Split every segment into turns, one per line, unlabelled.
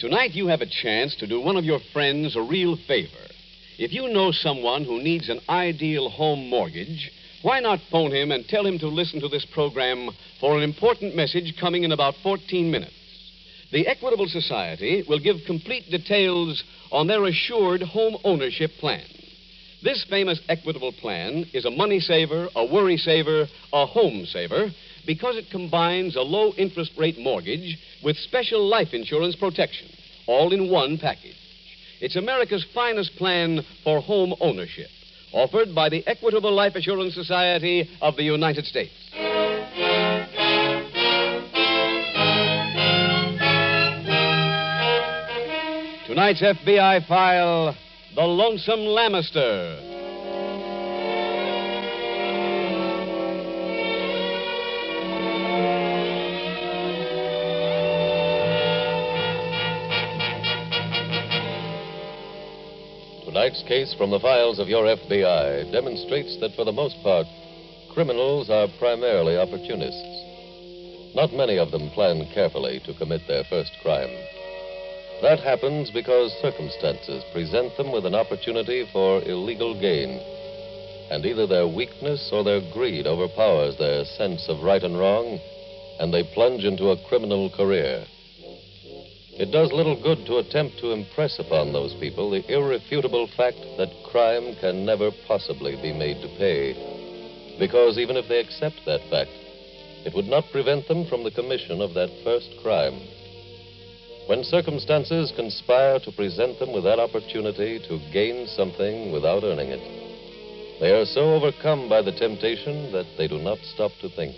Tonight, you have a chance to do one of your friends a real favor. If you know someone who needs an ideal home mortgage, why not phone him and tell him to listen to this program for an important message coming in about 14 minutes? The Equitable Society will give complete details on their assured home ownership plan. This famous Equitable plan is a money saver, a worry saver, a home saver, because it combines a low interest rate mortgage with special life insurance protection, all in one package. It's America's finest plan for home ownership, offered by the Equitable Life Assurance Society of the United States. Tonight's FBI file The Lonesome Lamister.
Tonight's case from the files of your FBI demonstrates that for the most part, criminals are primarily opportunists. Not many of them plan carefully to commit their first crime. That happens because circumstances present them with an opportunity for illegal gain. And either their weakness or their greed overpowers their sense of right and wrong, and they plunge into a criminal career. It does little good to attempt to impress upon those people the irrefutable fact that crime can never possibly be made to pay. Because even if they accept that fact, it would not prevent them from the commission of that first crime. When circumstances conspire to present them with that opportunity to gain something without earning it, they are so overcome by the temptation that they do not stop to think.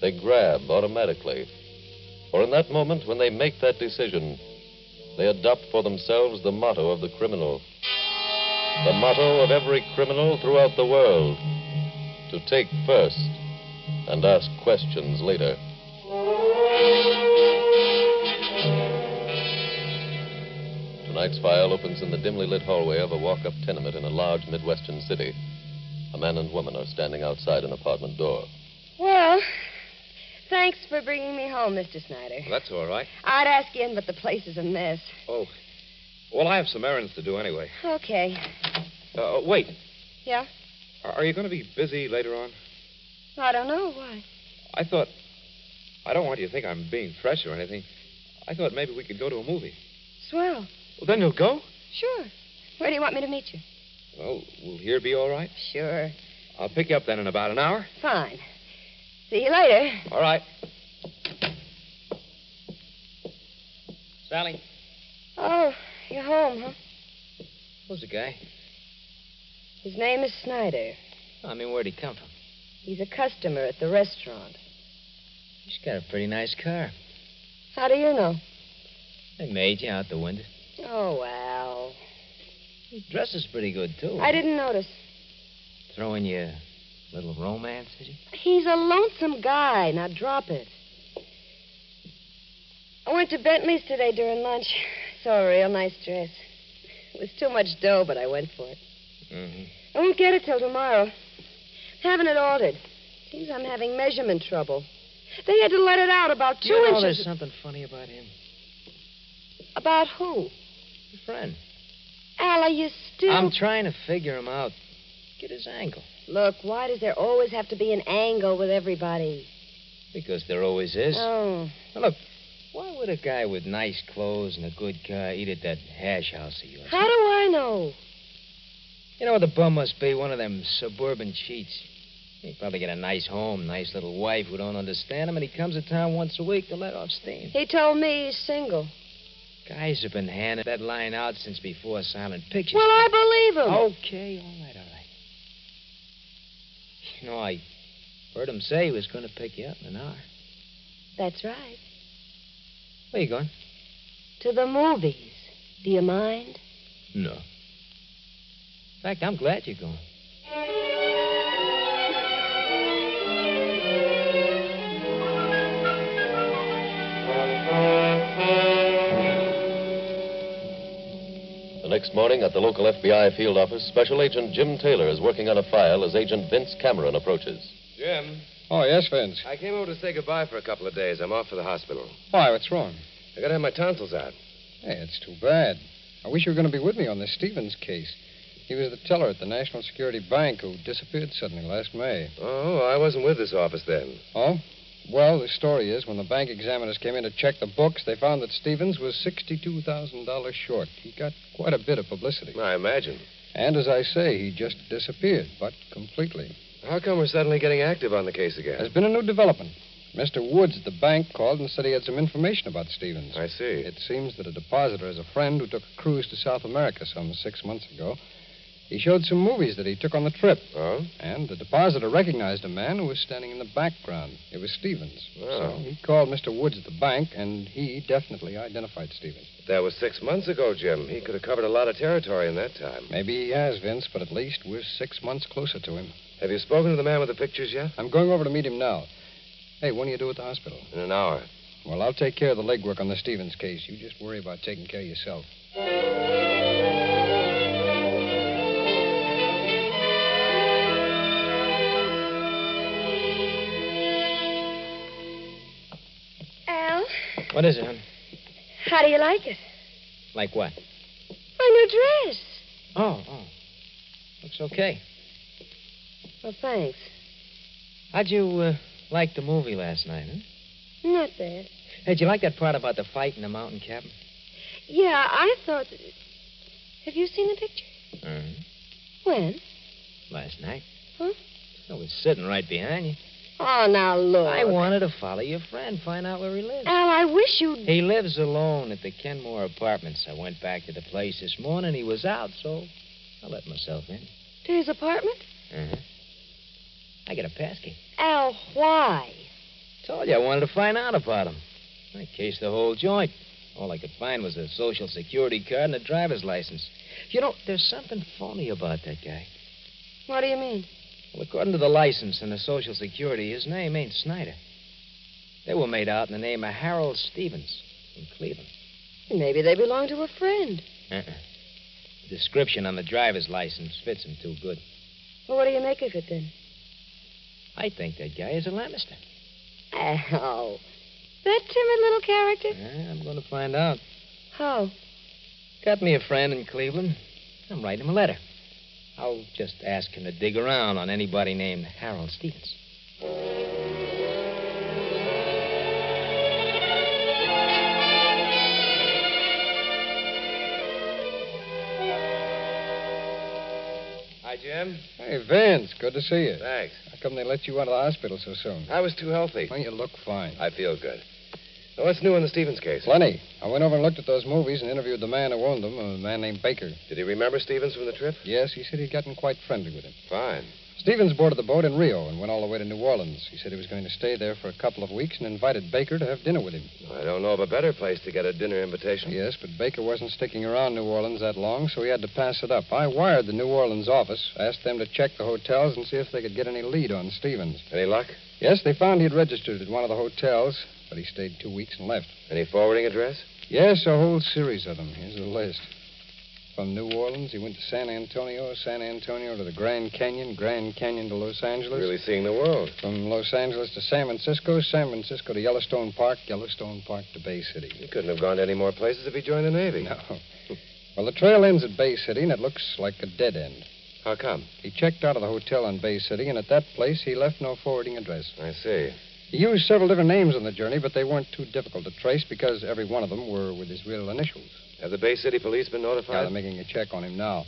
They grab automatically. For in that moment, when they make that decision, they adopt for themselves the motto of the criminal. The motto of every criminal throughout the world to take first and ask questions later. Tonight's file opens in the dimly lit hallway of a walk up tenement in a large Midwestern city. A man and woman are standing outside an apartment door.
Well, thanks for bringing me home, Mr. Snyder.
That's all right.
I'd ask in, but the place is a mess.
Oh. Well, I have some errands to do anyway.
Okay.
Uh, uh, wait.
Yeah?
Are are you going to be busy later on?
I don't know why.
I thought. I don't want you to think I'm being fresh or anything. I thought maybe we could go to a movie.
Swell.
Well, then you'll go?
Sure. Where do you want me to meet you?
Well, Oh, will here be all right?
Sure.
I'll pick you up then in about an hour.
Fine. See you later.
All right.
Sally,
Oh, you're home, huh?
who's the guy?
His name is Snyder.
I mean, where'd he come from?
He's a customer at the restaurant.
He's got a pretty nice car.
How do you know?
They made you out the window.
Oh, well.
He dresses pretty good, too.
I didn't notice.
Throwing you a little romance, did he?
He's a lonesome guy. Now drop it. I went to Bentley's today during lunch. Saw a real nice dress. It was too much dough, but I went for it.
Mm-hmm.
I won't get it till tomorrow. Having it altered. Seems I'm having measurement trouble. They had to let it out about two
you know there's
inches.
something funny about him.
About who?
Your friend.
Al, are you still?
I'm trying to figure him out. Get his angle.
Look, why does there always have to be an angle with everybody?
Because there always is.
Oh,
Now, look, why would a guy with nice clothes and a good car eat at that hash house of yours?
how do I know?
You know what the bum must be? One of them suburban cheats. He probably got a nice home, nice little wife who don't understand him, and he comes to town once a week to let off steam.
He told me he's single.
Guys have been handing that line out since before silent pictures.
Well, I believe him.
okay, all right, all right. You know, I Heard him say he was going to pick you up in an hour.
That's right.
Where you going?
To the movies. Do you mind?
No. In fact, I'm glad you're going.
The next morning at the local FBI field office, Special Agent Jim Taylor is working on a file as Agent Vince Cameron approaches.
Jim,
Oh, yes, Vince.
I came over to say goodbye for a couple of days. I'm off for the hospital.
Why, what's wrong?
I gotta have my tonsils out.
Hey, it's too bad. I wish you were going to be with me on this Stevens case. He was the teller at the National Security Bank who disappeared suddenly last May.
Oh, I wasn't with this office then.
Oh? Well, the story is when the bank examiners came in to check the books, they found that Stevens was $62,000 short. He got quite a bit of publicity.
I imagine.
And as I say, he just disappeared, but completely.
How come we're suddenly getting active on the case again?
There's been a new development. Mr. Woods at the bank called and said he had some information about Stevens.
I see.
It seems that a depositor is a friend who took a cruise to South America some six months ago. He showed some movies that he took on the trip,
Oh?
and the depositor recognized a man who was standing in the background. It was Stevens. So
Oh.
he called Mr. Woods at the bank, and he definitely identified Stevens.
That was six months ago, Jim. He could have covered a lot of territory in that time.
Maybe he has, Vince, but at least we're six months closer to him.
Have you spoken to the man with the pictures yet?
I'm going over to meet him now. Hey, when do you do at the hospital?
In an hour.
Well, I'll take care of the legwork on the Stevens case. You just worry about taking care of yourself.
Al,
What is it, hon?
how do you like it?
Like what?
My new dress.
Oh, oh. Looks okay.
Well, thanks.
How'd you uh, like the movie last night, huh?
Not bad.
Hey, did you like that part about the fight in the mountain cabin?
Yeah, I thought. Have you seen the picture?
Mm-hmm.
When?
Last night?
Huh?
I was sitting right behind you.
Oh, now look.
I wanted to follow your friend, find out where he lives.
Al, I wish you'd.
He lives alone at the Kenmore Apartments. I went back to the place this morning. He was out, so I let myself in.
To his apartment?
Uh-huh. I got a passkey.
Al, why?
Told you I wanted to find out about him. I cased the whole joint. All I could find was a social security card and a driver's license. You know, there's something phony about that guy.
What do you mean?
Well, according to the license and the Social Security, his name ain't Snyder. They were made out in the name of Harold Stevens in Cleveland.
Maybe they belong to a friend.
Uh-uh. The description on the driver's license fits him too good.
Well, what do you make of it then?
I think that guy is a Lannister.
Al, that timid little character.
Yeah, Uh, I'm going to find out.
How?
Got me a friend in Cleveland. I'm writing him a letter. I'll just ask him to dig around on anybody named Harold Stevens.
Hi, Jim.
Hey, Vince, good to see you.
Thanks.
How come they let you out of the hospital so soon?
I was too healthy.
Well, you look fine.
I feel good. Now, what's new in the Stevens case?
Plenty. I went over and looked at those movies and interviewed the man who owned them, a man named Baker.
Did he remember Stevens from the trip?
Yes, he said he'd gotten quite friendly with him.
Fine.
Stevens boarded the boat in Rio and went all the way to New Orleans. He said he was going to stay there for a couple of weeks and invited Baker to have dinner with him.
I don't know of a better place to get a dinner invitation.
Yes, but Baker wasn't sticking around New Orleans that long, so he had to pass it up. I wired the New Orleans office, asked them to check the hotels and see if they could get any lead on Stevens.
Any luck?
Yes, they found he'd registered at one of the hotels, but he stayed two weeks and left.
Any forwarding address?
Yes, a whole series of them. Here's the list. From New Orleans, he went to San Antonio, San Antonio to the Grand Canyon, Grand Canyon to Los Angeles.
Really seeing the world.
From Los Angeles to San Francisco, San Francisco to Yellowstone Park, Yellowstone Park to Bay City.
He couldn't have gone to any more places if he joined the Navy.
No. Well, the trail ends at Bay City, and it looks like a dead end.
How come?
He checked out of the hotel in Bay City, and at that place, he left no forwarding address.
I see.
He used several different names on the journey, but they weren't too difficult to trace because every one of them were with his real initials.
Have the Bay City police been
Yeah,
notified?
they're making a check on him now.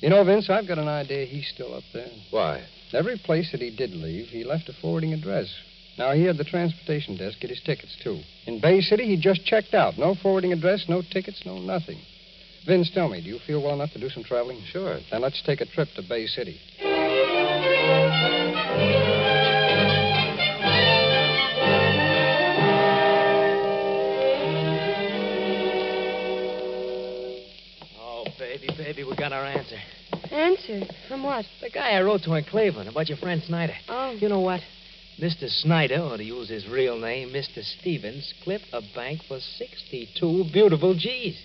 You know, Vince, I've got an idea he's still up there.
Why?
Every place that he did leave, he left a forwarding address. Now, he had the transportation desk get his tickets, too. In Bay City, he just checked out. No forwarding address, no tickets, no nothing. Vince, tell me, do you feel well enough to do some traveling?
Sure.
Then let's take a trip to Bay City.
Oh,
What?
The guy I wrote to in Cleveland about your friend Snyder.
Oh.
You know what? Mr. Snyder, or to use his real name, Mr. Stevens, clipped a bank for 62 beautiful G's.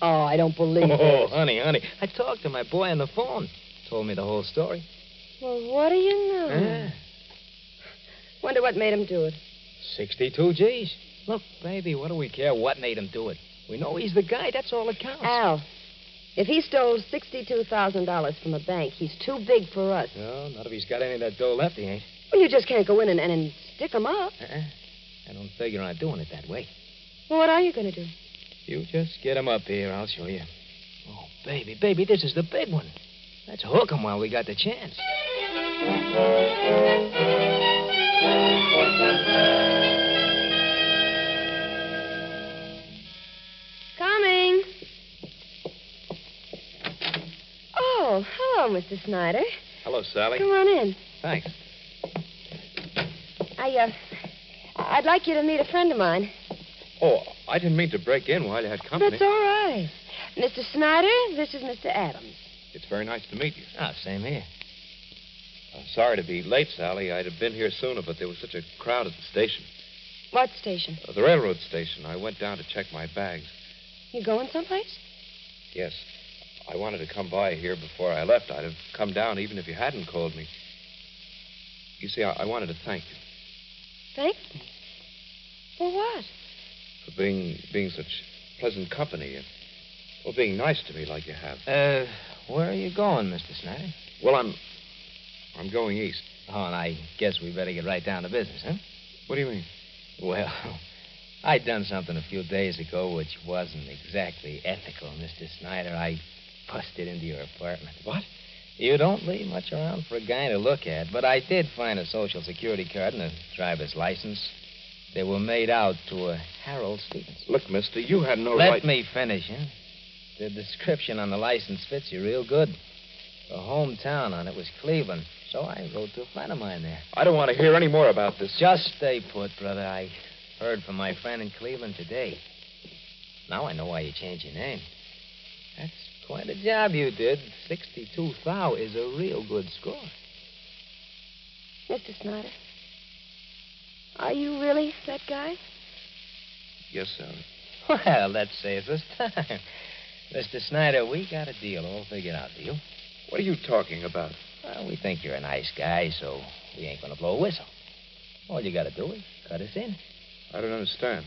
Oh, I don't believe
Oh,
it.
honey, honey. I talked to my boy on the phone. Told me the whole story.
Well, what do you know?
Mm.
Ah,
Wonder what made him do it.
62 G's. Look, baby, what do we care what made him do it? We know he's the guy. That's all that counts.
Al, if he stole $62,000 from a bank, he's too big for us.
No, not if he's got any of that dough left, he ain't.
Well, you just can't go in and, and, and stick him up.
Uh-uh. I don't figure on doing it that way.
Well, what are you going to do?
You just get him up here. I'll show you. Oh, baby, baby, this is the big one. Let's hook him while we got the chance.
Coming. Oh, hello, Mr. Snyder.
Hello, Sally.
Come on in.
Thanks.
I, uh, I'd like you to meet a friend of mine.
Oh, I didn't mean to break in while you had company.
That's all right. Mr. Snyder, this is Mr. Adams.
It's very nice to meet you.
Ah, same here.
I'm sorry to be late, Sally. I'd have been here sooner, but there was such a crowd at the station.
What station?
Uh, the railroad station. I went down to check my bags.
You going someplace?
Yes. I wanted to come by here before I left. I'd have come down even if you hadn't called me. You see, I, I wanted to thank you
Thank me. For what?
for being being such pleasant company and well, being nice to me like you have.
Uh, where are you going, Mr. Snyder?
Well, I'm I'm going east.
Oh, and I guess we better get right down to business, huh?
What do you mean?
Well, I done something a few days ago which wasn't exactly ethical, Mr. Snyder. I busted into your apartment. What? You don't leave much around for a guy to look at, but I did find a social security card and a driver's license. They were made out to a Harold Stevens.
Look, Mister, you had
Oh,
no
Let
right.
me finish, huh? The description on the license fits you real good. The hometown on it was Cleveland, so I wrote to a friend of mine there.
I don't want to hear any more about this.
Just stay put, brother. I heard from my friend in Cleveland today. Now I know why you changed your name. That's quite a job you did. 62 thou is a real good score.
Mr. Snyder, are you really that guy?
Yes, Sally.
Well, that saves us time. Mr. Snyder, we got a deal all figured out, do you?
What are you talking about?
Well, we think you're a nice guy, so we ain't gonna blow a whistle. All you gotta do is cut us in.
I don't understand.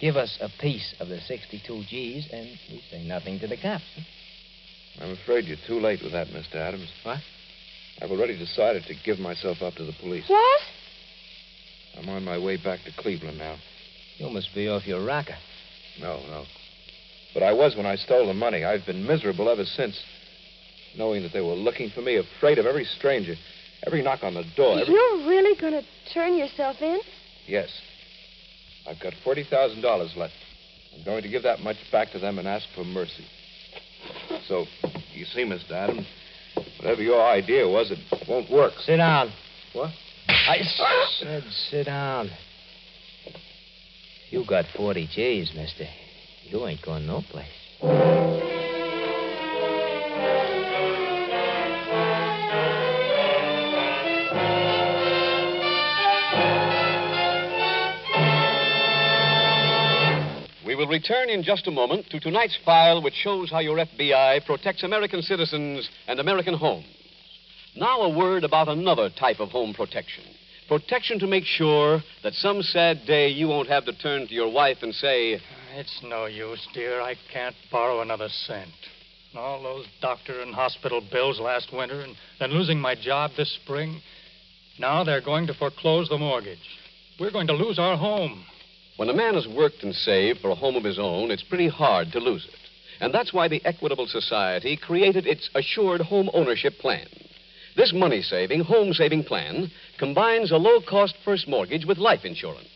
Give us a piece of the 62 G's, and we say nothing to the cops.
I'm afraid you're too late with that, Mr. Adams.
What?
I've already decided to give myself up to the police.
What?
I'm on my way back to Cleveland now.
You must be off your rocker.
No, no. But I was when I stole the money. I've been miserable ever since. Knowing that they were looking for me, afraid of every stranger, every knock on the door. Every...
You're really going to turn yourself in?
Yes. I've got $40,000 left. I'm going to give that much back to them and ask for mercy. So, you see, Mr. Adams, whatever your idea was, it won't work.
Sit down.
What?
I said sit down. You got 40 G's, mister. You ain't going no place.
We will return in just a moment to tonight's file, which shows how your FBI protects American citizens and American homes. Now, a word about another type of home protection protection to make sure that some sad day you won't have to turn to your wife and say,
It's no use, dear. I can't borrow another cent. And all those doctor and hospital bills last winter, and then losing my job this spring. Now they're going to foreclose the mortgage. We're going to lose our home.
When a man has worked and saved for a home of his own, it's pretty hard to lose it. And that's why the Equitable Society created its Assured Home Ownership Plan. This money saving, home saving plan combines a low cost first mortgage with life insurance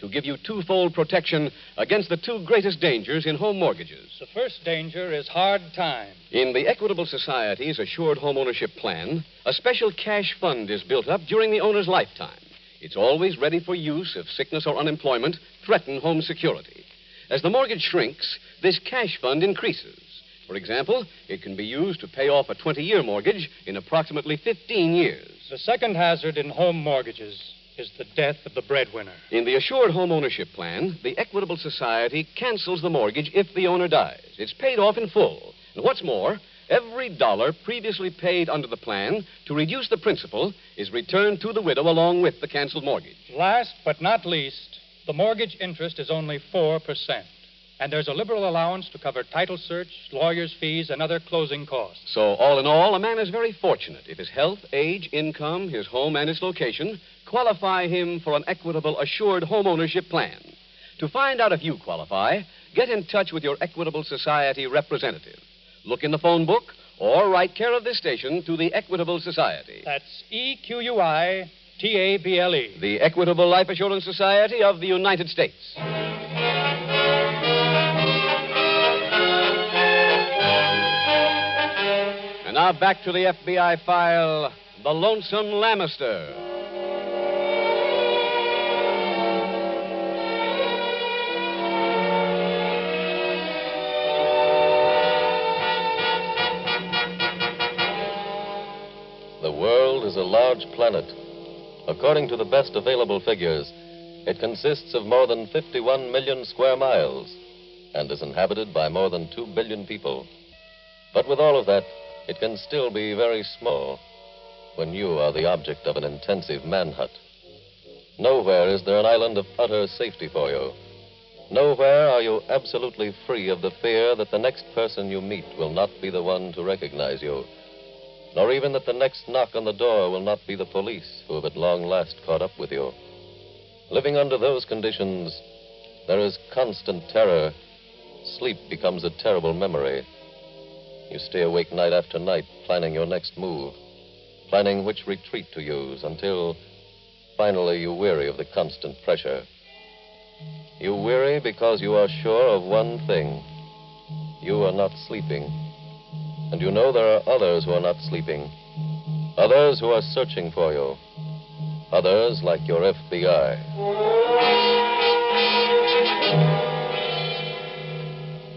to give you twofold protection against the two greatest dangers in home mortgages.
The first danger is hard times.
In the Equitable Society's Assured Home Ownership Plan, a special cash fund is built up during the owner's lifetime. It's always ready for use if sickness or unemployment threaten home security. As the mortgage shrinks, this cash fund increases, For example, it can be used to pay off a 20 year mortgage in approximately 15 years.
The second hazard in home mortgages is the death of the breadwinner.
In the Assured Home Ownership Plan, the Equitable Society cancels the mortgage if the owner dies. It's paid off in full. And what's more, every dollar previously paid under the plan to reduce the principal is returned to the widow along with the canceled mortgage.
Last but not least, the mortgage interest is only 4%, and there's a liberal allowance to cover title search, lawyer's fees, and other closing costs.
So, all in all, a man is very fortunate if his health, age, income, his home, and his location qualify him for an equitable assured home ownership plan. To find out if you qualify, get in touch with your Equitable Society representative. Look in the phone book or write care of this station to the Equitable Society.
That's E Q U I T A B L E.
The Equitable Life Assurance Society of the United States. And now back to the FBI file The Lonesome Lamister.
The world is a large planet. According to the best available figures, it consists of more than 51 million square miles and is inhabited by more than 2 billion people. But with all of that, it can still be very small when you are the object of an intensive manhunt. Nowhere is there an island of utter safety for you. Nowhere are you absolutely free of the fear that the next person you meet will not be the one to recognize you nor even that the next knock on the door will not be the police who have at long last caught up with you. Living under those conditions, there is constant terror. Sleep becomes a terrible memory. You stay awake night after night, planning your next move, planning which retreat to use, until finally you weary of the constant pressure. You weary because you are sure of one thing you are not sleeping. And you know there are others who are not sleeping, others who are searching for you, others like your FBI.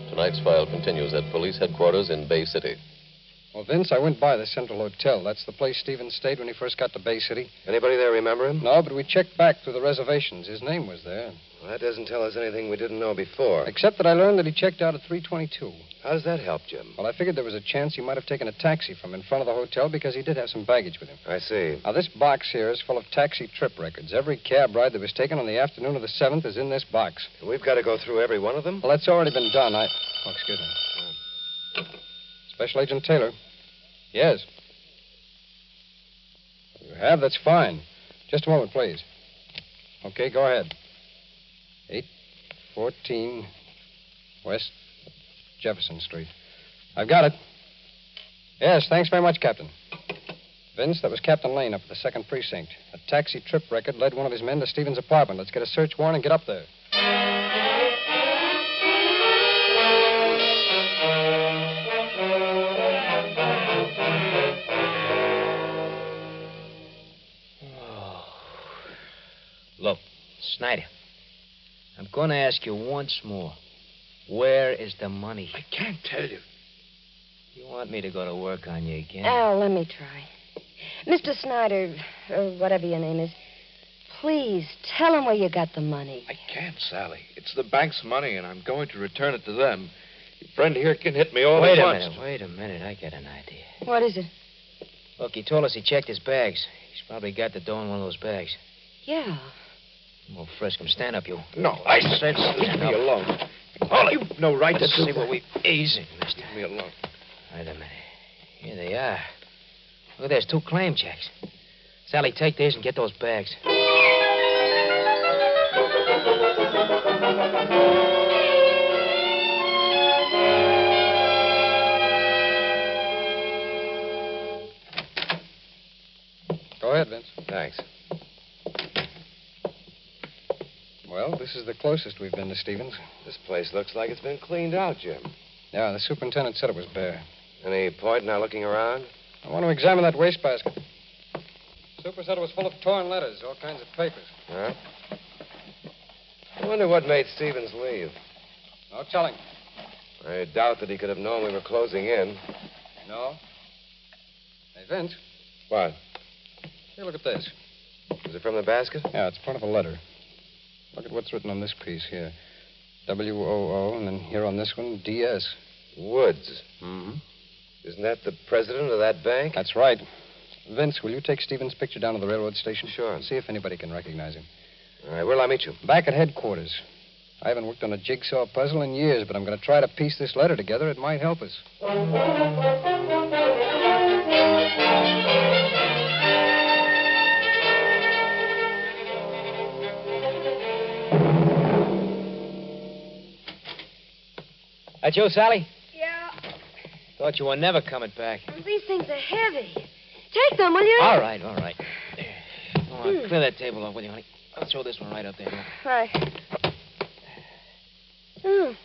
Tonight's file continues at police headquarters in Bay City.
Well, Vince, I went by the Central Hotel. That's the place Stevens stayed when he first got to Bay City.
Anybody there remember him?
No, but we checked back through the reservations. His name was there.
Well, that doesn't tell us anything we didn't know before.
Except that I learned that he checked out at 322.
How does that help, Jim?
Well, I figured there was a chance he might have taken a taxi from in front of the hotel because he did have some baggage with him.
I see.
Now, this box here is full of taxi trip records. Every cab ride that was taken on the afternoon of the 7th is in this box.
We've got to go through every one of them.
Well, that's already been done. I. Oh, excuse me. Special Agent Taylor. Yes. You have? That's fine. Just a moment, please. Okay, go ahead. 814 West Jefferson Street. I've got it. Yes, thanks very much, Captain. Vince, that was Captain Lane up at the second precinct. A taxi trip record led one of his men to Stevens' apartment. Let's get a search warrant and get up there.
Oh. Snyder, I'm going to ask you once more. Where is the money?
I can't tell you.
You want me to go to work on you again?
Al, Oh, let me try. Mr. Snyder, or whatever your name is, please tell him where you got the money.
I can't, Sally. It's the bank's money, and I'm going to return it to them. Your friend here can hit me all
wait
at
a
once.
minute. Wait a minute. I got an idea.
What is it?
Look, he told us he checked his bags. He's probably got the dough in one of those bags.
Yeah.
Well, frisk him. Stand up, you.
No, I
said
Leave
stand
me
up.
alone. All you've no right
Let's
to
see
do
what we. Easy, mister.
Leave me alone.
Wait a minute. Here they are. Look, there's two claim checks. Sally, take these and get those bags.
Go ahead, Vince.
Thanks.
Well, this is the closest we've been to Stevens.
This place looks like it's been cleaned out, Jim.
Yeah, the superintendent said it was bare.
Any point in our looking around?
I want to examine that wastebasket. Super said it was full of torn letters, all kinds of papers.
Huh? I wonder what made Stevens leave.
No telling.
I doubt that he could have known we were closing in.
No. Hey, Vince,
What?
here, look at this.
Is it from the basket?
Yeah, it's part of a letter. Look at what's written on this piece here. W O O, and then here on this one, D S.
Woods.
Mm-hmm.
Isn't that the president of that bank?
That's right. Vince, will you take Stevens' picture down to the railroad station?
Sure.
And see if anybody can recognize him.
All right, where'll I meet you?
Back at headquarters. I haven't worked on a jigsaw puzzle in years, but I'm going to try to piece this letter together. It might help us.
That you, Sally?
Yeah.
Thought you were never coming back.
These things are heavy. Take them, will you?
All right, all right. Come
Hmm.
on, clear that table off, will you, honey? I'll throw this one right out there.
Right. Oh.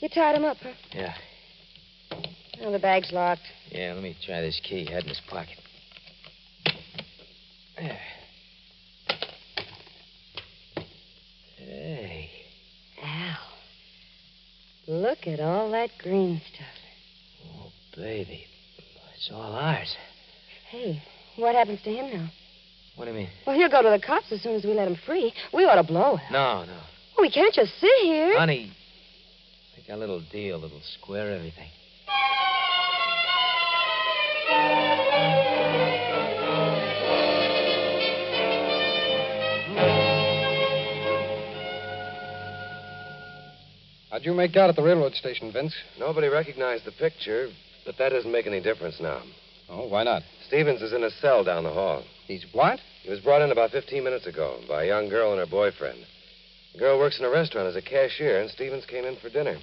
You tied him up, huh?
Yeah.
Oh, the bag's locked.
Yeah, let me try this key he had in his pocket. There. Hey.
Al. Look at all that green stuff.
Oh, baby. It's all ours.
Hey, what happens to him now?
What do you mean?
Well, he'll go to the cops as soon as we let him free. We ought to blow him.
No, no.
Well, we can't just sit here.
Honey, make a little deal that'll square everything.
How'd you make out at the railroad station, Vince?
Nobody recognized the picture, but that doesn't make any difference now.
Oh, why not?
Stevens is in a cell down the hall.
He's what?
He was brought in about 15 minutes ago by a young girl and her boyfriend. The girl works in a restaurant as a cashier, and Stevens came in for dinner.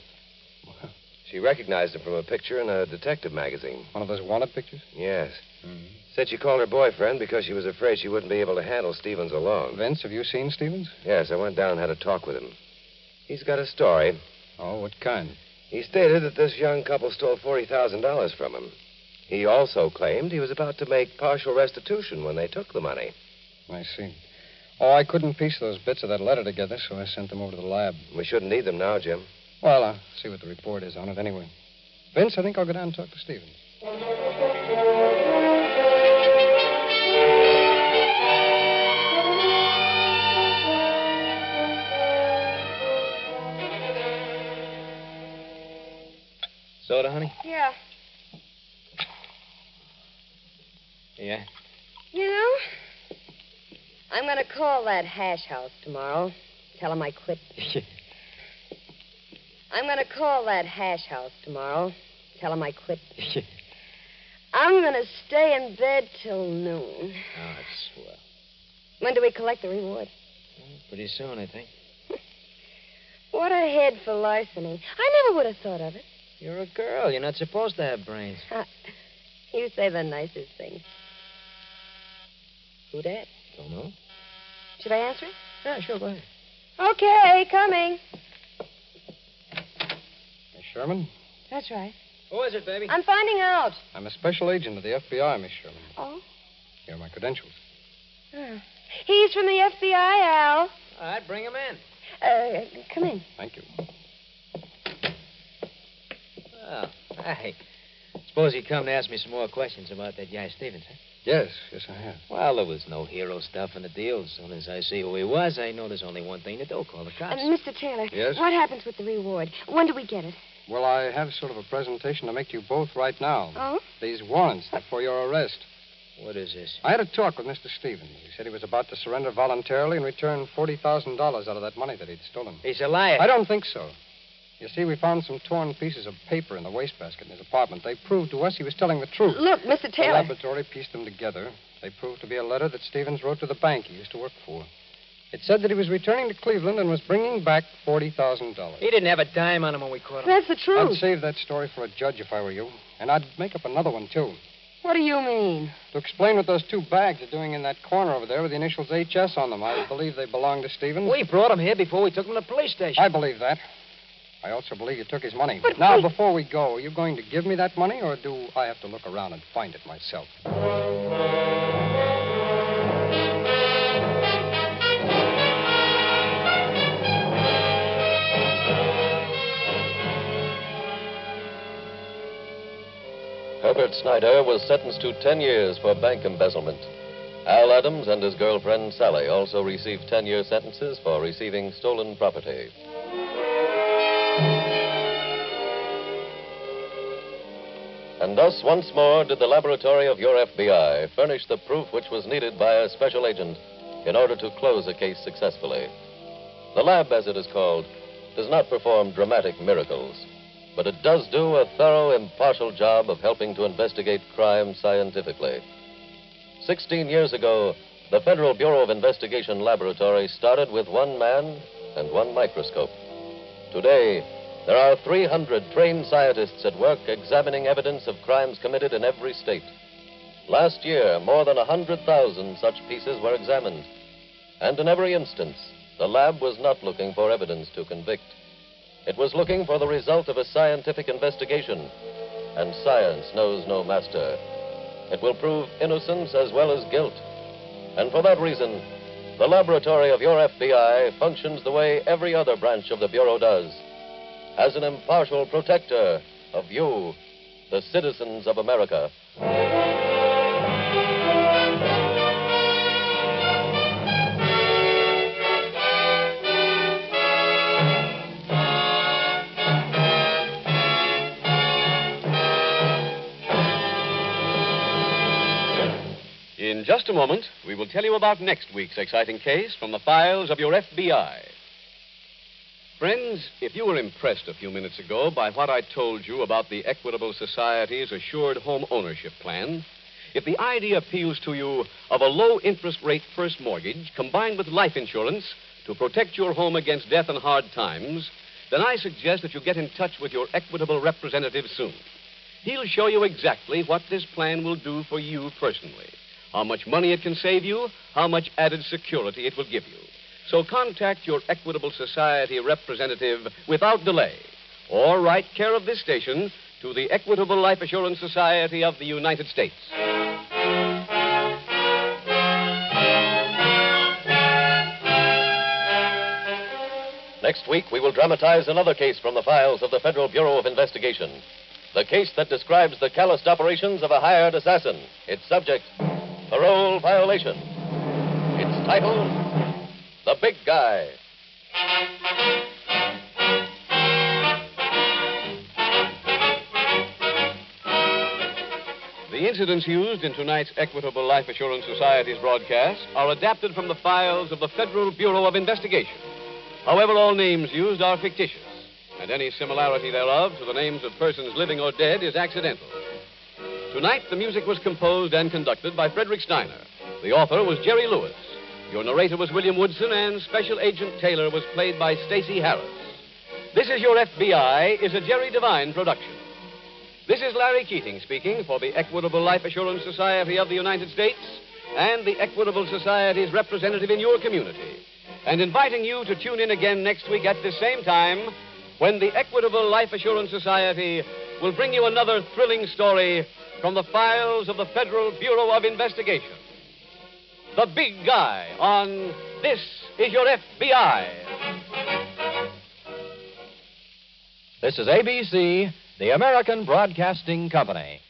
She recognized him from a picture in a detective magazine.
One of those wanted pictures?
Yes.
Mm-hmm.
Said she called her boyfriend because she was afraid she wouldn't be able to handle Stevens alone.
Vince, have you seen Stevens?
Yes, I went down and had a talk with him. He's got a story.
Oh, what kind?
He stated that this young couple stole $40,000 from him. He also claimed he was about to make partial restitution when they took the money.
I see. Oh, I couldn't piece those bits of that letter together, so I sent them over to the lab.
We shouldn't need them now, Jim.
Well, I'll see what the report is on it anyway. Vince, I think I'll go down and talk to Stevens.
Soda, honey?
Yeah.
Yeah.
You know, I'm going to call that hash house tomorrow. Tell him I quit.
Oh,
I'm going to call that hash house tomorrow. Tell him I quit. I'm going to stay in bed till noon.
Oh, that's swell.
When do we collect the reward?
Pretty soon, I think.
What a head for larceny. I never would have thought of it.
You're a girl. You're not supposed to have brains.
You say the nicest thing. Who dat?
Don't know.
Should I answer it?
Yeah, sure, go ahead.
Okay, coming.
Miss Sherman?
That's right.
Who is it, baby?
I'm finding out.
I'm a special agent of the FBI, Miss Sherman.
Oh?
Here are my credentials.
Ah. He's from the FBI, Al.
All right, bring him in.
Uh, come in.
Thank you.
Well, hey. Suppose you come to ask me some more questions about that guy Stevens, huh?
Yes, yes, I have.
Well, there was no hero stuff in the deal. As soon as I see who he was, I know there's only one thing to do call the
Uh,
cops.
Mr. Taylor.
Yes?
What happens with the reward? When do we get it?
Well, I have sort of a presentation to make to you both right now.
Oh?
These warrants they're for your arrest.
What is this?
I had a talk with Mr. Stevens. He said he was about to surrender voluntarily and return $40,000 out of that money that he'd stolen.
He's a liar.
I don't think so. You see, we found some torn pieces of paper in the wastebasket in his apartment. They proved to us he was telling the truth.
Look, Mr.
The
Taylor.
laboratory pieced them together. They proved to be a letter that Stevens wrote to the bank he used to work for. It said that he was returning to Cleveland and was bringing back $40,000.
He didn't have a dime on him when we caught him.
That's the
I'd
truth.
save that story for a judge if I were you. And I'd make up another one, too.
What do you mean?
To explain what those two bags are doing in that corner over there with the initials HS on them. I believe they belong to Stevens.
We brought him here before we took him to the police station.
I believe that. I also believe you took his money.
But
now,
wait.
before we go, are you going to give me that money, or do I have to look around and find it myself?
Herbert Snyder was sentenced to 10 years for bank embezzlement. Al Adams and his girlfriend Sally also received 10 year sentences for receiving stolen property. And thus, once more, did the laboratory of your FBI furnish the proof which was needed by a special agent in order to close a case successfully. The lab, as it is called, does not perform dramatic miracles, but it does do a thorough, impartial job of helping to investigate crime scientifically. Sixteen years ago, the Federal Bureau of Investigation Laboratory started with one man and one microscope. Today, there are 300 trained scientists at work examining evidence of crimes committed in every state. Last year, more than 100,000 such pieces were examined. And in every instance, the lab was not looking for evidence to convict. It was looking for the result of a scientific investigation. And science knows no master. It will prove innocence as well as guilt. And for that reason, the laboratory of your FBI functions the way every other branch of the Bureau does as an impartial protector of you, the citizens of America.
In just a moment, we will tell you about next week's exciting case from the files of your FBI. Friends, if you were impressed a few minutes ago by what I told you about the Equitable Society's assured home ownership plan, if the idea appeals to you of a low interest rate first mortgage combined with life insurance to protect your home against death and hard times, then I suggest that you get in touch with your Equitable representative soon. He'll show you exactly what this plan will do for you personally, how much money it can save you, how much added security it will give you. So contact your Equitable Society representative without delay or write care of this station to the Equitable Life Assurance Society of the United States.
Next week, we will dramatize another case from the files of the Federal Bureau of Investigation. The case that describes the calloused operations of a hired assassin. Its subject, parole violation. Its title, The Big Guy.
The incidents used in tonight's Equitable Life Assurance Society's broadcast are adapted from the files of the Federal Bureau of Investigation. However, all names used are fictitious, and any similarity thereof to the names of persons living or dead is accidental. Tonight, the music was composed and conducted by Frederick Steiner. The author was Jerry Lewis. Your narrator was William Woodson, and Special Agent Taylor was played by Stacey Harris. This is Your FBI is a Jerry Devine production. This is Larry Keating speaking for the Equitable Life Assurance Society of the United States and the Equitable Society's representative in your community, and inviting you to tune in again next week at the same time when the Equitable Life Assurance Society will bring you another thrilling story from the files of the Federal Bureau of Investigation. The Big Guy on This Is Your FBI.
This is ABC, the American Broadcasting Company.